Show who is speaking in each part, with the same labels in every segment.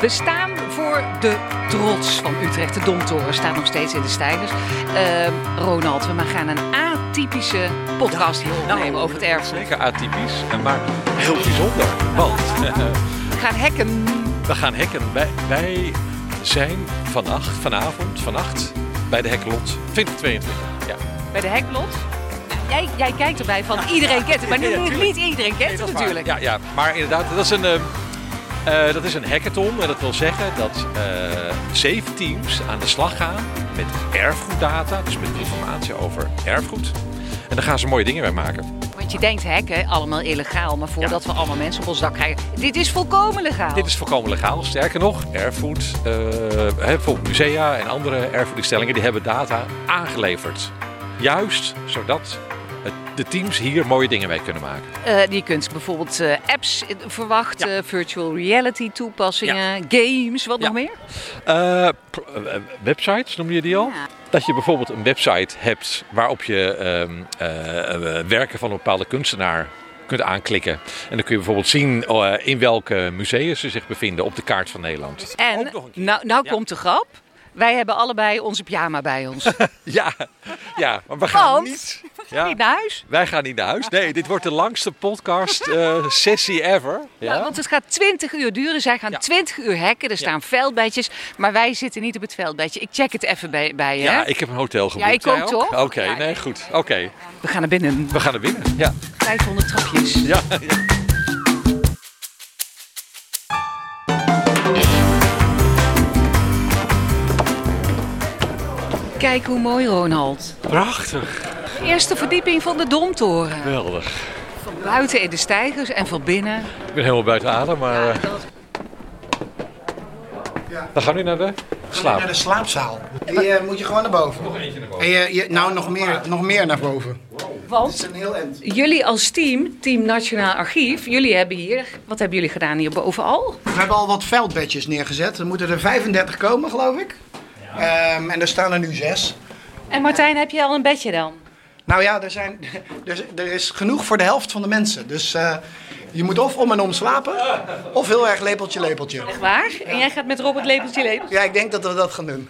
Speaker 1: We staan voor de trots van Utrecht. De Domtoren staat nog steeds in de stijgers. Eh, Ronald, we gaan een atypische podcast hier opnemen
Speaker 2: Nou,
Speaker 1: over het erfgoed.
Speaker 2: Zeker atypisch, eh, maar heel bijzonder. Want eh,
Speaker 1: We gaan hekken.
Speaker 2: we gaan hacken. Wij, wij zijn vannacht, vanavond, vannacht bij de Hacklot 2022. Ja.
Speaker 1: Bij de hekblot. Jij, jij kijkt erbij van iedereen kent het, maar nu
Speaker 2: Ja,
Speaker 1: niet, niet
Speaker 2: tuurlijk.
Speaker 1: iedereen kent het natuurlijk.
Speaker 2: Ja, ja, maar inderdaad, dat is een, ehm, eh, eh, dat is een hackathon. En dat wil zeggen dat eh, zeven teams aan de slag gaan met erfgoeddata. Dus met informatie over erfgoed. En daar gaan ze mooie dingen mee maken.
Speaker 1: Want je denkt hekken, allemaal illegaal, maar voordat we allemaal mensen op ons dak krijgen. Dit is volkomen legaal.
Speaker 2: Dit is volkomen legaal. Sterker nog, erfgoed, eh, hè, bijvoorbeeld musea en andere erfgoedinstellingen, die hebben data aangeleverd. Juist zodat het- de teams hier mooie dingen mee kunnen maken.
Speaker 1: Eh, je kunt bijvoorbeeld eh, apps eh, verwachten, virtual reality toepassingen, games, wat
Speaker 2: Ja.
Speaker 1: nog meer?
Speaker 2: Eh, pr- eh, websites, noemde je die al?
Speaker 1: Ja.
Speaker 2: Dat je bijvoorbeeld een website hebt waarop je ehm, eh, eh, werken van een bepaalde kunstenaar kunt aanklikken. En dan kun je bijvoorbeeld zien eh, in welke musea ze zich bevinden op de kaart van Nederland.
Speaker 1: En
Speaker 2: Ook nog een keer.
Speaker 1: nou, nou
Speaker 2: Ja.
Speaker 1: komt de grap. Wij hebben allebei onze pyjama bij ons.
Speaker 2: Ja, ja maar we gaan
Speaker 1: Want-
Speaker 2: niet...
Speaker 1: Niet
Speaker 2: Ja,
Speaker 1: naar huis.
Speaker 2: wij gaan niet naar huis. Nee, dit wordt de langste podcast eh, sessie ever.
Speaker 1: Nou,
Speaker 2: Ja.
Speaker 1: want het gaat 20 uur duren. Zij gaan
Speaker 2: Ja.
Speaker 1: 20 uur hacken. Er staan veldbedjes. Maar wij zitten niet op het veldbedje. Ik check het even bij, bij je. hè?
Speaker 2: Ja, ik heb een hotel geboekt.
Speaker 1: ik ook,
Speaker 2: Jij
Speaker 1: toch?
Speaker 2: Oké,
Speaker 1: Ja.
Speaker 2: nee, goed. Oké,
Speaker 1: We gaan naar binnen.
Speaker 2: we gaan naar binnen. Ja.
Speaker 1: 500 trapjes.
Speaker 2: Ja,
Speaker 1: Kijk hoe mooi, Ronald.
Speaker 2: Prachtig.
Speaker 1: Eerste verdieping van de Domtoren.
Speaker 2: Geweldig.
Speaker 1: Van buiten in de stijgers en van binnen.
Speaker 2: Ik ben helemaal buiten adem, maar... eh, Dan gaan we nu naar de slaap.
Speaker 3: Naar de slaapzaal. Die eh, moet je gewoon naar boven. Nog eentje naar boven. En je, je, nou, nog meer, nog meer naar boven. Het is
Speaker 1: Want
Speaker 3: een heel end.
Speaker 1: jullie als team, Team Nationaal Archief, jullie hebben hier... Wat hebben jullie gedaan hier bovenal?
Speaker 3: We hebben al wat veldbedjes neergezet. Er moeten er 35 komen, geloof ik. Ehm, en er staan er nu zes.
Speaker 1: En Martijn, heb je al een bedje dan?
Speaker 3: Nou ja, er, zijn, er, is- er is genoeg voor de helft van de mensen. Dus eh, je moet of om en om slapen, of heel erg lepeltje, lepeltje.
Speaker 1: Echt waar? En jij gaat met Robert lepeltje lepel.
Speaker 3: Ja, ik denk dat we dat gaan doen.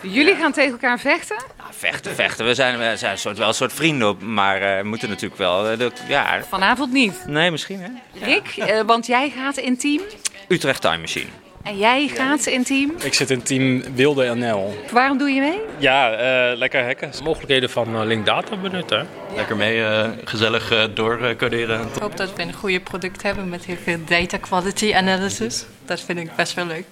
Speaker 1: Jullie gaan tegen elkaar vechten?
Speaker 4: Ja, vechten, vechten. We zijn, we zijn een soort, wel een soort vrienden, maar eh, we moeten natuurlijk wel. eh, de- ja,
Speaker 1: Vanavond niet.
Speaker 4: nee, misschien hè.
Speaker 1: Rick, eh, want jij gaat in team.
Speaker 4: Utrecht Time Machine.
Speaker 1: En jij gaat in team.
Speaker 5: Ik zit in team Wilde NL.
Speaker 1: Waarom doe je mee?
Speaker 5: Ja, eh, lekker hacken.
Speaker 6: mogelijkheden van eh, linkdata benutten.
Speaker 7: Lekker mee, eh, gezellig eh doorcoderen.
Speaker 8: Ik hoop dat we een goede product hebben met heel veel data quality analysis. Dat vind ik best wel leuk.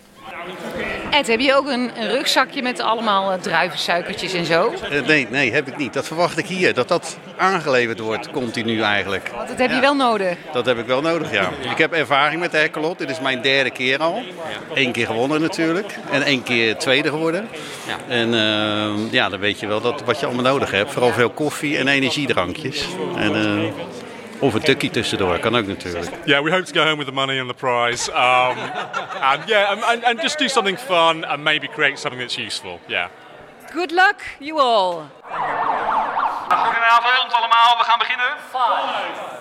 Speaker 1: Ed, heb je ook een, een rugzakje met allemaal eh, druivensuikertjes en zo?
Speaker 9: Eh, nee, nee, heb ik niet. Dat verwacht ik hier. Dat dat aangeleverd wordt, continu eigenlijk.
Speaker 1: Want dat heb je wel nodig.
Speaker 9: Dat heb ik wel nodig, ja. Ik heb ervaring met de Hekkelot. Dit is mijn derde keer al. Eén keer gewonnen natuurlijk. En één keer tweede geworden. En eh, ja, dan weet je wel dat, wat je allemaal nodig hebt. Vooral veel koffie en energiedrankjes. En, eh, of een tukkie tussendoor, kan ook natuurlijk.
Speaker 10: Yeah, we hope to go home with the money and the prize. Um, and yeah, and, and, and just do something fun and maybe create something that's useful. Yeah.
Speaker 1: Good luck, you all.
Speaker 7: Goedenavond allemaal, we gaan beginnen.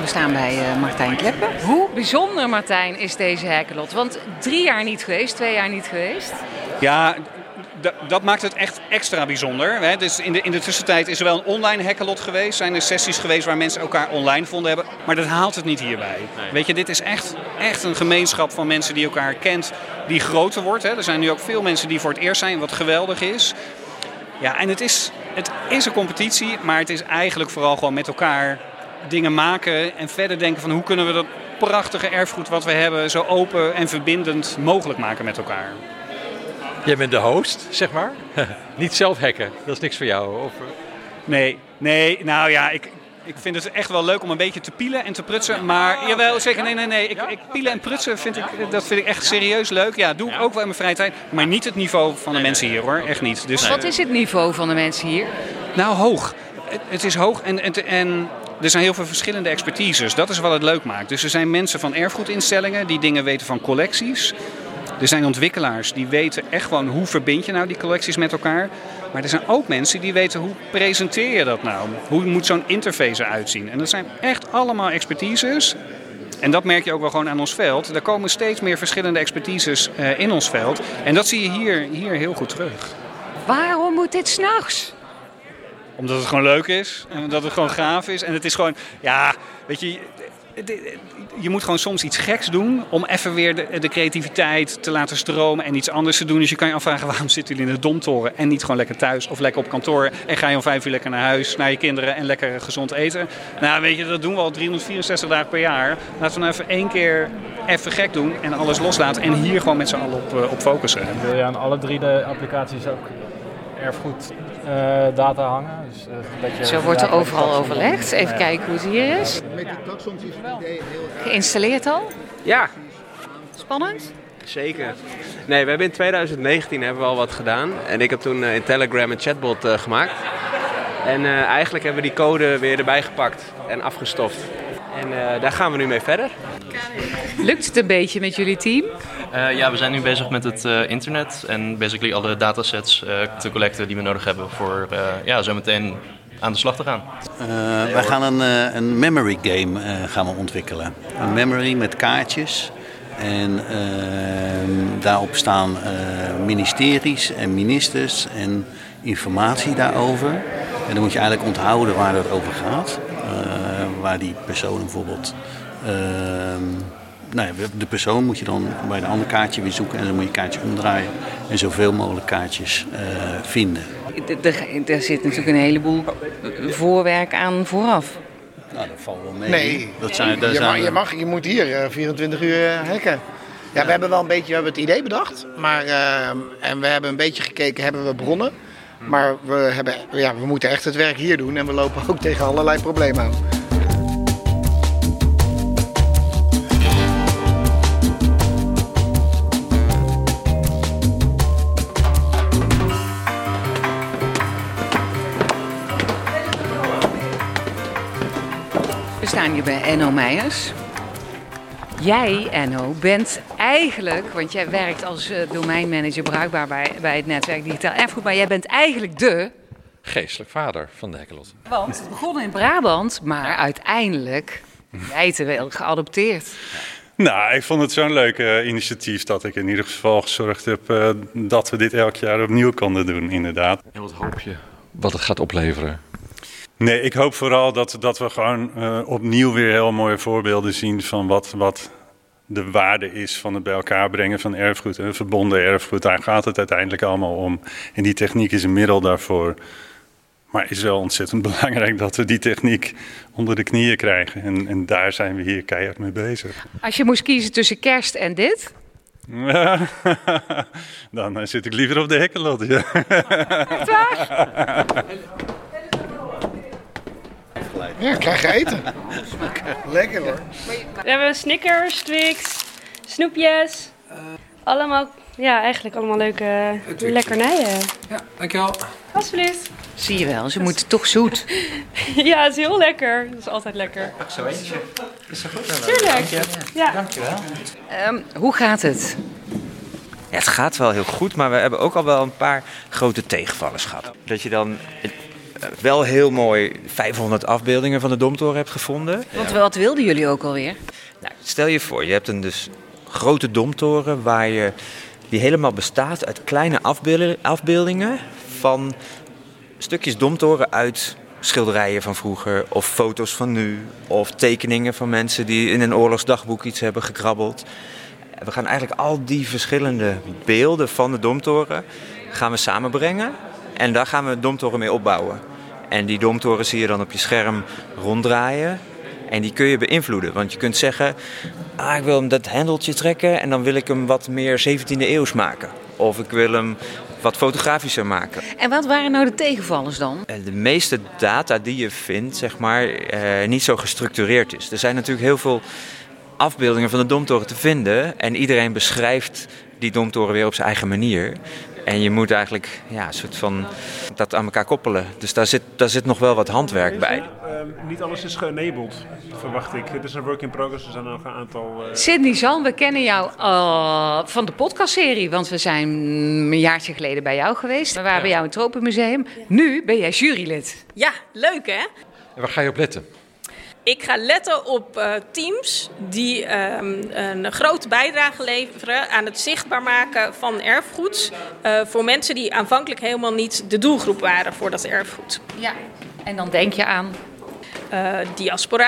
Speaker 1: We staan bij eh, Martijn Kleppen. Hoe bijzonder, Martijn, is deze herkenlot? Want drie jaar niet geweest, twee jaar niet geweest.
Speaker 5: Ja, d- dat maakt het echt extra bijzonder. Hè? Dus in de, in de tussentijd is er wel een online hackelot geweest. Zijn er sessies geweest waar mensen elkaar online vonden hebben. Maar dat haalt het niet hierbij. Weet je, dit is echt, echt een gemeenschap van mensen die elkaar kent. Die groter wordt. Hè? Er zijn nu ook veel mensen die voor het eerst zijn. Wat geweldig is. Ja, en het is, het is een competitie, maar het is eigenlijk vooral gewoon met elkaar dingen maken en verder denken van hoe kunnen we dat prachtige erfgoed wat we hebben zo open en verbindend mogelijk maken met elkaar.
Speaker 2: Jij bent de host, zeg maar. Niet zelf hacken, dat is niks voor jou. Of, eh,
Speaker 5: Nee, nee, nou ja, ik, ik vind het echt wel leuk om een beetje te pielen en te prutsen. Maar jawel, zeker, nee, nee, nee. Ik, ik pielen en prutsen vind ik, dat vind ik echt serieus leuk. Ja, doe ik ook wel in mijn vrije tijd. Maar niet het niveau van de mensen hier hoor, echt niet. Dus,
Speaker 1: Wat is het niveau van de mensen hier?
Speaker 5: Nou, hoog. Het, het is hoog en, en, en er zijn heel veel verschillende expertises. Dat is wat het leuk maakt. Dus er zijn mensen van erfgoedinstellingen die dingen weten van collecties. Er zijn ontwikkelaars die weten echt gewoon hoe verbind je nou die collecties met elkaar. Maar er zijn ook mensen die weten hoe presenteer je dat nou? Hoe moet zo'n interface eruit zien? En dat zijn echt allemaal expertises. En dat merk je ook wel gewoon aan ons veld. Er komen steeds meer verschillende expertises eh, in ons veld. En dat zie je hier, hier heel goed terug.
Speaker 1: Waarom moet dit s'nachts?
Speaker 5: Omdat het gewoon leuk is. En omdat het gewoon gaaf is. En het is gewoon, ja, weet je. het- het- Je moet gewoon soms iets geks doen om even weer de, de creativiteit te laten stromen en iets anders te doen. Dus je kan je afvragen waarom zitten jullie in de domtoren en niet gewoon lekker thuis of lekker op kantoor. En ga je om vijf uur lekker naar huis, naar je kinderen en lekker gezond eten. Nou weet je, dat doen we al 364 dagen per jaar. Laten we nou even één keer even gek doen en alles loslaten. En hier gewoon met z'n allen op, eh, op focussen.
Speaker 11: Wil je aan alle drie de applicaties ook erfgoed eh, data hangen? Dus, eh, dat je
Speaker 1: Zo wordt er
Speaker 11: inderdaad met
Speaker 1: overal
Speaker 11: taxi-
Speaker 1: overlegd. Even
Speaker 11: Nou ja.
Speaker 1: kijken hoe het hier is.
Speaker 12: Met die klaksoms is het idee heel
Speaker 1: Geïnstalleerd al?
Speaker 13: Ja,
Speaker 1: Spannend?
Speaker 13: zeker. Nee, we hebben in 2019 hebben we al wat gedaan. En ik heb toen eh, in Telegram een chatbot eh, gemaakt. En eh, eigenlijk hebben we die code weer erbij gepakt en afgestoft. En eh, daar gaan we nu mee verder.
Speaker 1: Lukt het een beetje met jullie team?
Speaker 7: Eh, ja, we zijn nu bezig met het eh, internet en basically alle datasets eh, te collecten die we nodig hebben voor eh, ja, zometeen aan de slag te gaan.
Speaker 9: Eh, wij gaan een, eh, een memory game eh, gaan we ontwikkelen. Een memory met kaartjes. En ehm, daarop staan eh, ministeries en ministers en informatie daarover. En dan moet je eigenlijk onthouden waar het over gaat. Eh, waar die persoon bijvoorbeeld. ehm, nou ja, de persoon moet je dan bij een ander kaartje weer zoeken en dan moet je kaartje omdraaien en zoveel mogelijk kaartjes eh, vinden.
Speaker 1: D- d- d- Er zit natuurlijk een heleboel eh, voorwerk aan vooraf.
Speaker 9: Nou, dat valt wel mee.
Speaker 12: Nee,
Speaker 9: dat zijn, dat
Speaker 12: je,
Speaker 9: zijn
Speaker 12: mag, je, mag, je moet hier eh, 24 uur eh, hacken. Ja, we hebben wel een beetje we hebben het idee bedacht. Maar, ehm, en we hebben een beetje gekeken, hebben we bronnen. Maar we, hebben, ja, we moeten echt het werk hier doen. En we lopen ook tegen allerlei problemen aan.
Speaker 1: We staan hier bij Enno Meijers. Jij, Enno, bent eigenlijk, want jij werkt als eh, domeinmanager bruikbaar bij, bij het netwerk Digitaal Erfgoed, maar jij bent eigenlijk de,
Speaker 2: Geestelijk vader van de Hekkelot.
Speaker 1: want het begon in Brabant, maar uiteindelijk wijdewel geadopteerd.
Speaker 14: Nou, ik vond het zo'n leuk eh, initiatief dat ik in ieder geval gezorgd heb eh, dat we dit elk jaar opnieuw konden doen, inderdaad. En wat hoop je?
Speaker 2: Wat het gaat opleveren.
Speaker 14: Nee, ik hoop vooral dat, dat we gewoon eh, opnieuw weer heel mooie voorbeelden zien van wat, wat de waarde is van het bij elkaar brengen van erfgoed en verbonden erfgoed. Daar gaat het uiteindelijk allemaal om. En die techniek is een middel daarvoor. Maar het is wel ontzettend belangrijk dat we die techniek onder de knieën krijgen. En, en daar zijn we hier keihard mee bezig.
Speaker 1: Als je moest kiezen tussen kerst en dit,
Speaker 14: Dan eh, zit ik liever op de hekkelot. Ja.
Speaker 12: Ja, krijg je eten. Lekker hoor.
Speaker 15: We hebben Snickers, Twix, snoepjes. Allemaal, ja, eigenlijk allemaal leuke lekkernijen. Ja, dankjewel. Alsjeblieft.
Speaker 1: zie je wel, ze moeten toch zoet.
Speaker 15: ja, het is heel lekker. Dat is altijd lekker.
Speaker 1: Zo eentje.
Speaker 13: Is dat goed?
Speaker 15: Tuurlijk. Ja.
Speaker 13: Dankjewel.
Speaker 1: Ehm, hoe gaat het?
Speaker 4: Ja, het gaat wel heel goed, maar we hebben ook al wel een paar grote tegenvallers gehad. Dat je dan eh, wel heel mooi 500 afbeeldingen van de Domtoren hebt gevonden.
Speaker 1: Want wat wilden jullie ook alweer?
Speaker 4: Nou, stel je voor, je hebt een dus grote Domtoren waar je, die helemaal bestaat uit kleine afbeelden- afbeeldingen van stukjes Domtoren uit schilderijen van vroeger of foto's van nu of tekeningen van mensen die in een oorlogsdagboek iets hebben gekrabbeld. We gaan eigenlijk al die verschillende beelden van de domtoren gaan we samenbrengen en daar gaan we de domtoren mee opbouwen. En die domtoren zie je dan op je scherm ronddraaien en die kun je beïnvloeden. Want je kunt zeggen, ah, ik wil hem dat hendeltje trekken en dan wil ik hem wat meer 17e eeuws maken. Of ik wil hem wat fotografischer maken.
Speaker 1: En wat waren nou de tegenvallers dan?
Speaker 4: Eh, de meeste data die je vindt, zeg maar, eh, niet zo gestructureerd is. Er zijn natuurlijk heel veel afbeeldingen van de domtoren te vinden. En iedereen beschrijft die domtoren weer op zijn eigen manier. En je moet eigenlijk ja, een soort van dat aan elkaar koppelen. Dus daar zit, daar zit nog wel wat handwerk bij.
Speaker 5: ehm, niet alles is geënabled, verwacht ik. Het is een work in progress, er zijn nog een aantal... eh,
Speaker 1: Sydney Zalm, we kennen jou eh, van de podcastserie, want we zijn een jaartje geleden bij jou geweest. We waren bij jou in het Tropenmuseum. Nu ben jij jurylid.
Speaker 16: Ja, leuk hè?
Speaker 2: En waar ga je op letten?
Speaker 16: Ik ga letten op eh, teams die ehm, een grote bijdrage leveren aan het zichtbaar maken van erfgoed. eh, voor mensen die aanvankelijk helemaal niet de doelgroep waren voor dat erfgoed.
Speaker 1: Ja, en dan denk je aan.
Speaker 16: eh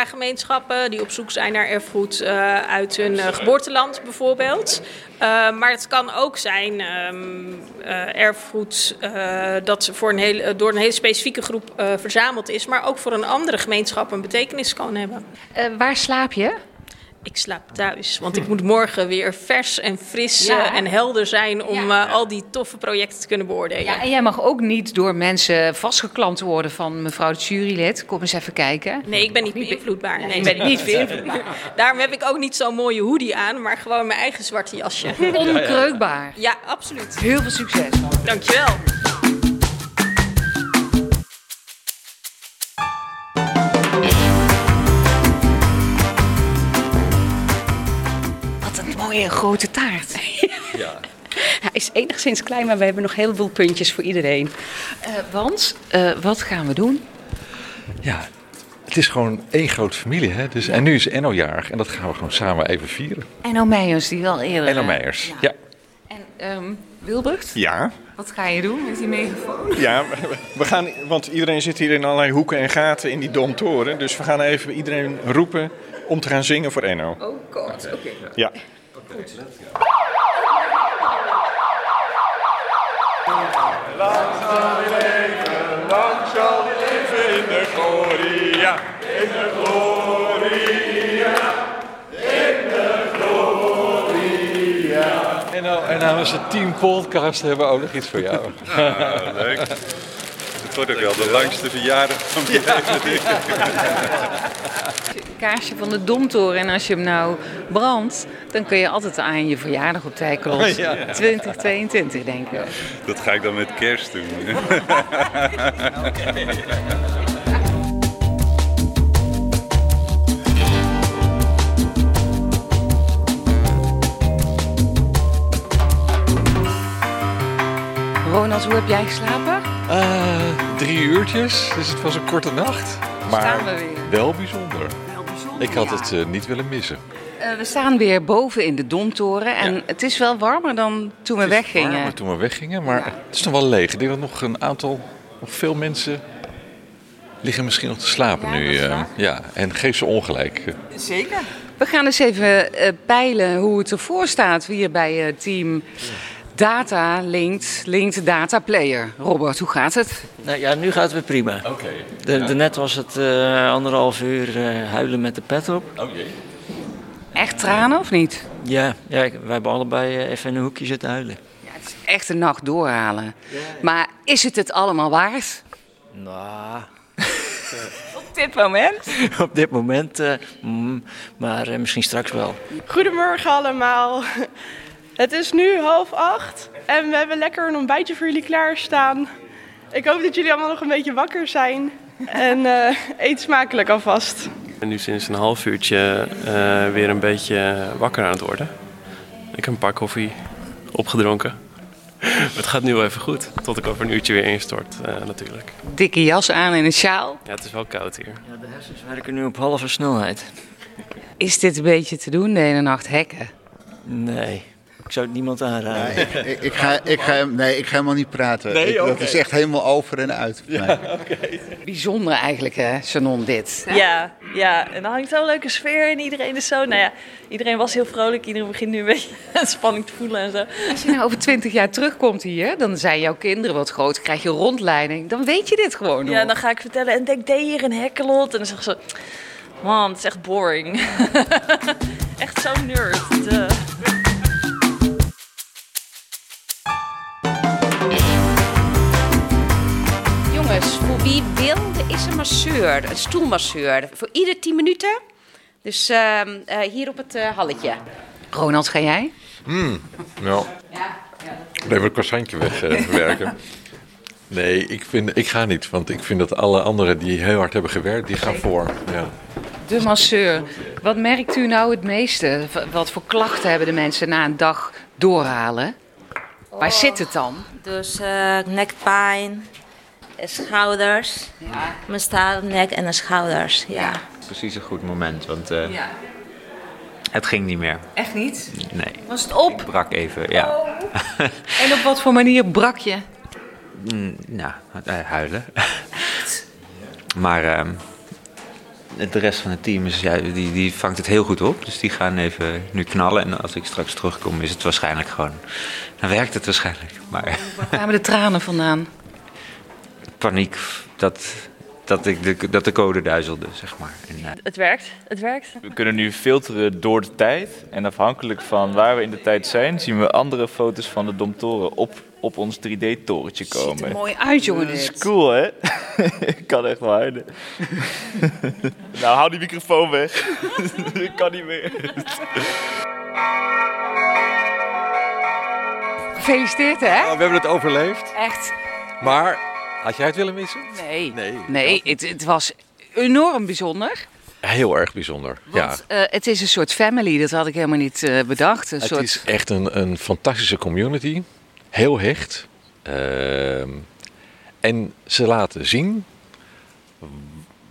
Speaker 16: diaspora-gemeenschappen die op zoek zijn naar erfgoed eh, uit hun eh, geboorteland bijvoorbeeld. Eh, maar het kan ook zijn ehm, eh, erfgoed eh, dat ze voor een hele, eh, door een hele specifieke groep eh, verzameld is, maar ook voor een andere gemeenschap een betekenis kan hebben.
Speaker 1: eh, waar slaap je?
Speaker 16: Ik slaap thuis, want ik moet morgen weer vers en fris
Speaker 1: Ja.
Speaker 16: eh, en helder zijn om eh, al die toffe projecten te kunnen beoordelen.
Speaker 1: Ja, en jij mag ook niet door mensen vastgeklampt worden van mevrouw de jurylid. Kom eens even kijken.
Speaker 16: Nee, ik ben niet beïnvloedbaar. Nee,
Speaker 1: je bent niet beïnvloedbaar.
Speaker 16: Daarom heb ik ook niet zo'n mooie hoodie aan, maar gewoon mijn eigen zwarte jasje.
Speaker 1: Onkreukbaar.
Speaker 16: Ja, absoluut.
Speaker 1: Heel veel succes.
Speaker 16: Dankjewel.
Speaker 17: Wat een mooie grote taart.
Speaker 2: Ja.
Speaker 17: Hij is enigszins klein, maar we hebben nog een heleboel puntjes voor iedereen.
Speaker 1: want, eh, wat gaan we doen?
Speaker 2: Ja, het is gewoon één grote familie. Hè? Dus, en nu is Enno jarig en dat gaan we gewoon samen even vieren.
Speaker 1: Enno Meijers, die wel eerder...
Speaker 2: Enno
Speaker 1: hè?
Speaker 2: Meijers, ja.
Speaker 1: En ehm, Wilbert,
Speaker 18: Ja.
Speaker 1: wat ga je doen met die megafoon?
Speaker 18: Ja, we- we gaan, want iedereen zit hier in allerlei hoeken en gaten in die domtoren. Dus we gaan even iedereen roepen om te gaan zingen voor Eno.
Speaker 17: Oh god, oké.
Speaker 18: Ja.
Speaker 19: Lang zal die leven, lang zal die leven in de gloria, in de gloria, in de gloria.
Speaker 2: En, nou, en namens het team podcast hebben we ook nog iets voor jou.
Speaker 19: Ah, leuk.
Speaker 2: Het
Speaker 18: wordt ook wel de langste verjaardag van
Speaker 2: mijn
Speaker 1: Kaarsje van de Domtoren. En als je hem nou brandt, dan kun je altijd aan je verjaardag op Tijklos
Speaker 20: Ja.
Speaker 1: 2022 denken.
Speaker 20: Dat ga ik dan met kerst doen.
Speaker 1: Ronald, hoe heb jij geslapen?
Speaker 2: Eh, drie uurtjes, dus het was een korte nacht. Maar
Speaker 1: Staan we weer.
Speaker 2: wel bijzonder. Ik had het eh, niet willen missen.
Speaker 1: Eh, we staan weer boven in de Domtoren. En het is wel warmer dan toen we weggingen.
Speaker 2: Maar toen we weggingen, maar het is nog wel leeg. Ik denk dat nog een aantal, nog veel mensen liggen misschien nog te slapen nu. eh, ja, en geef ze ongelijk.
Speaker 1: Zeker. We gaan eens even eh, peilen hoe het ervoor staat hier bij eh, team Data Linked, Linked Data Player. Robert, hoe gaat het?
Speaker 4: Nou ja, nu gaat het weer prima. De,
Speaker 2: ja.
Speaker 4: de net was het eh, anderhalf uur eh, huilen met de pet op.
Speaker 2: Oh jee.
Speaker 1: Echt tranen of niet?
Speaker 4: Ja, ja ik- wij hebben allebei eh, even in een hoekje zitten huilen.
Speaker 1: Echt een nacht doorhalen. Maar is het het allemaal waard?
Speaker 4: Nou,
Speaker 1: Op dit moment?
Speaker 4: op dit moment, eh, mm, maar eh, misschien straks wel.
Speaker 21: Goedemorgen allemaal. Het is nu half acht en we hebben lekker een ontbijtje voor jullie klaarstaan. Ik hoop dat jullie allemaal nog een beetje wakker zijn. En eh, eet smakelijk alvast.
Speaker 8: ben nu sinds een half uurtje eh, weer een beetje wakker aan het worden. Ik heb een paar koffie opgedronken. Maar het gaat nu wel even goed, tot ik over een uurtje weer instort eh, natuurlijk.
Speaker 1: Dikke jas aan en een sjaal.
Speaker 8: Ja, het is wel koud hier.
Speaker 4: Ja, de hersens werken nu op halve snelheid.
Speaker 1: Is dit een beetje te doen de hele nacht hacken?
Speaker 4: Nee, ik zou het niemand aanraden.
Speaker 9: Nee, ik, ik, ik ga, ik, ga, nee, ik ga helemaal niet praten.
Speaker 4: Nee,
Speaker 9: Ik- Dat
Speaker 4: oké.
Speaker 9: is echt helemaal over en uit. Nee.
Speaker 1: Bijzonder eigenlijk, hè, Shannon, dit.
Speaker 22: Ja, ja, en dan hangt wel een leuke sfeer en iedereen is zo. Nou ja, iedereen was heel vrolijk, iedereen begint nu een beetje spanning te voelen en zo.
Speaker 1: Als je nou over twintig jaar terugkomt hier, dan zijn jouw kinderen wat groot, krijg je rondleiding. Dan weet je dit gewoon nog.
Speaker 22: Ja, en dan ga ik vertellen en denk, deed je hier een hekkelot? En dan zeggen ze, mam, het is echt boring. echt zo'n nerd. Duh.
Speaker 23: Jongens, voor wie wil, er is een masseur, een stoelmasseur. Voor ieder 10 minuten. Dus ehm, eh, hier op het eh, halletje.
Speaker 1: Ronald, ga jij?
Speaker 2: Mm, nou. Even een croissantje wegwerken. Nee, ik, vind, ik ga niet. Want ik vind dat alle anderen die heel hard hebben gewerkt, die gaan voor. Ja.
Speaker 1: De masseur. Wat merkt u nou het meeste? W- Wat voor klachten hebben de mensen na een dag doorhalen? Waar zit het dan?
Speaker 16: Dus eh nekpijn, eh, schouders. Ja. Mijn staal, nek en de schouders. Ja.
Speaker 4: Precies een goed moment, want eh,
Speaker 16: Ja.
Speaker 4: het ging niet meer.
Speaker 1: Echt niet?
Speaker 4: Nee.
Speaker 1: Was het op? Oh.
Speaker 4: Ik brak even, ja.
Speaker 1: En op wat voor manier brak je?
Speaker 4: Mm, nou, eh, huilen. maar ehm, de rest van het team is, ja, die, die vangt het heel goed op. Dus die gaan even nu knallen. En als ik straks terugkom, is het waarschijnlijk gewoon. Dan werkt het waarschijnlijk. Maar
Speaker 1: Waar kwamen de tranen vandaan?
Speaker 4: paniek dat, dat, ik de, dat de code duizelde, zeg maar. En, eh,
Speaker 24: Het werkt, het werkt.
Speaker 8: We kunnen nu filteren door de tijd. En afhankelijk van waar we in de tijd zijn, zien we andere foto's van de Domtoren op, op ons 3D-torentje komen. Ziet
Speaker 1: mooi uit, jongen,
Speaker 8: Dat is
Speaker 1: dit.
Speaker 8: cool, hè? Ik kan echt wel huilen. nou, hou die microfoon weg. Ik kan niet meer.
Speaker 1: Gefeliciteerd, hè?
Speaker 2: we hebben het overleefd.
Speaker 1: Echt.
Speaker 2: Maar had jij het willen missen?
Speaker 1: Nee. Nee, het, het was enorm bijzonder.
Speaker 2: Heel erg bijzonder. ja.
Speaker 1: Eh, het is een soort family, dat had ik helemaal niet eh, bedacht. Een
Speaker 2: Het
Speaker 1: soort...
Speaker 2: is echt een, een fantastische community. Heel hecht. Ehm, en ze laten zien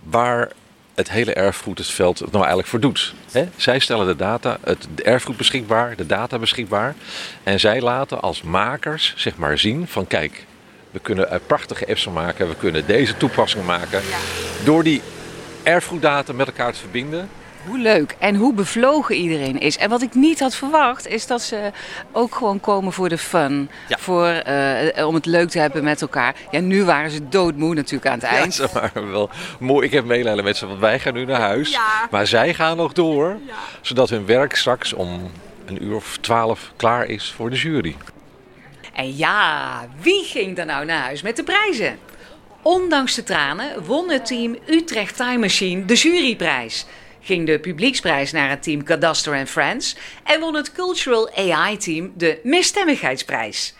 Speaker 2: waar het hele erfgoed het veld het nou eigenlijk voor doet. Hè? Zij stellen de data, het erfgoed beschikbaar, de data beschikbaar. En zij laten als makers zeg maar zien van kijk, we kunnen er prachtige apps van maken, we kunnen deze toepassing maken. Door die erfgoeddata met elkaar te verbinden,
Speaker 1: Hoe leuk en hoe bevlogen iedereen is. En wat ik niet had verwacht, is dat ze ook gewoon komen voor de fun. Voor, eh, om het leuk te hebben met elkaar. Ja, nu waren ze doodmoe natuurlijk aan het
Speaker 2: Ja,
Speaker 1: eind.
Speaker 2: ze waren wel mooi. Ik heb meelijden met ze, want wij gaan nu naar huis. Maar zij gaan nog door, zodat hun werk straks om een uur of twaalf klaar is voor de jury.
Speaker 1: En ja, wie ging er nou naar huis met de prijzen? Ondanks de tranen won het team Utrecht Time Machine de juryprijs. Ging de publieksprijs naar het team Cadaster and Friends. En won het Cultural AI Team de Misstemmigheidsprijs.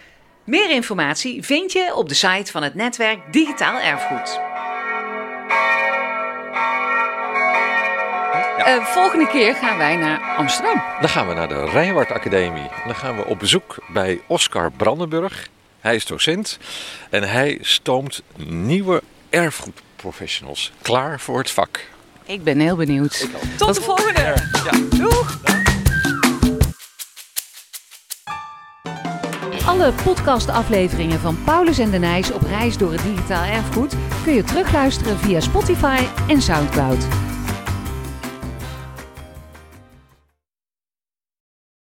Speaker 1: Meer informatie vind je op de site van het netwerk Digitaal Erfgoed. Eh, volgende keer gaan wij naar Amsterdam.
Speaker 2: Dan gaan we naar de Rijwaard Academie. Dan gaan we op bezoek bij Oscar Brandenburg. Hij is docent en hij stoomt nieuwe erfgoedprofessionals klaar voor het vak.
Speaker 1: Ik ben heel benieuwd.
Speaker 24: Tot de volgende! Doeg!
Speaker 1: Alle podcastafleveringen van Paulus en de Nijs op reis door het digitaal erfgoed kun je terugluisteren via Spotify en SoundCloud.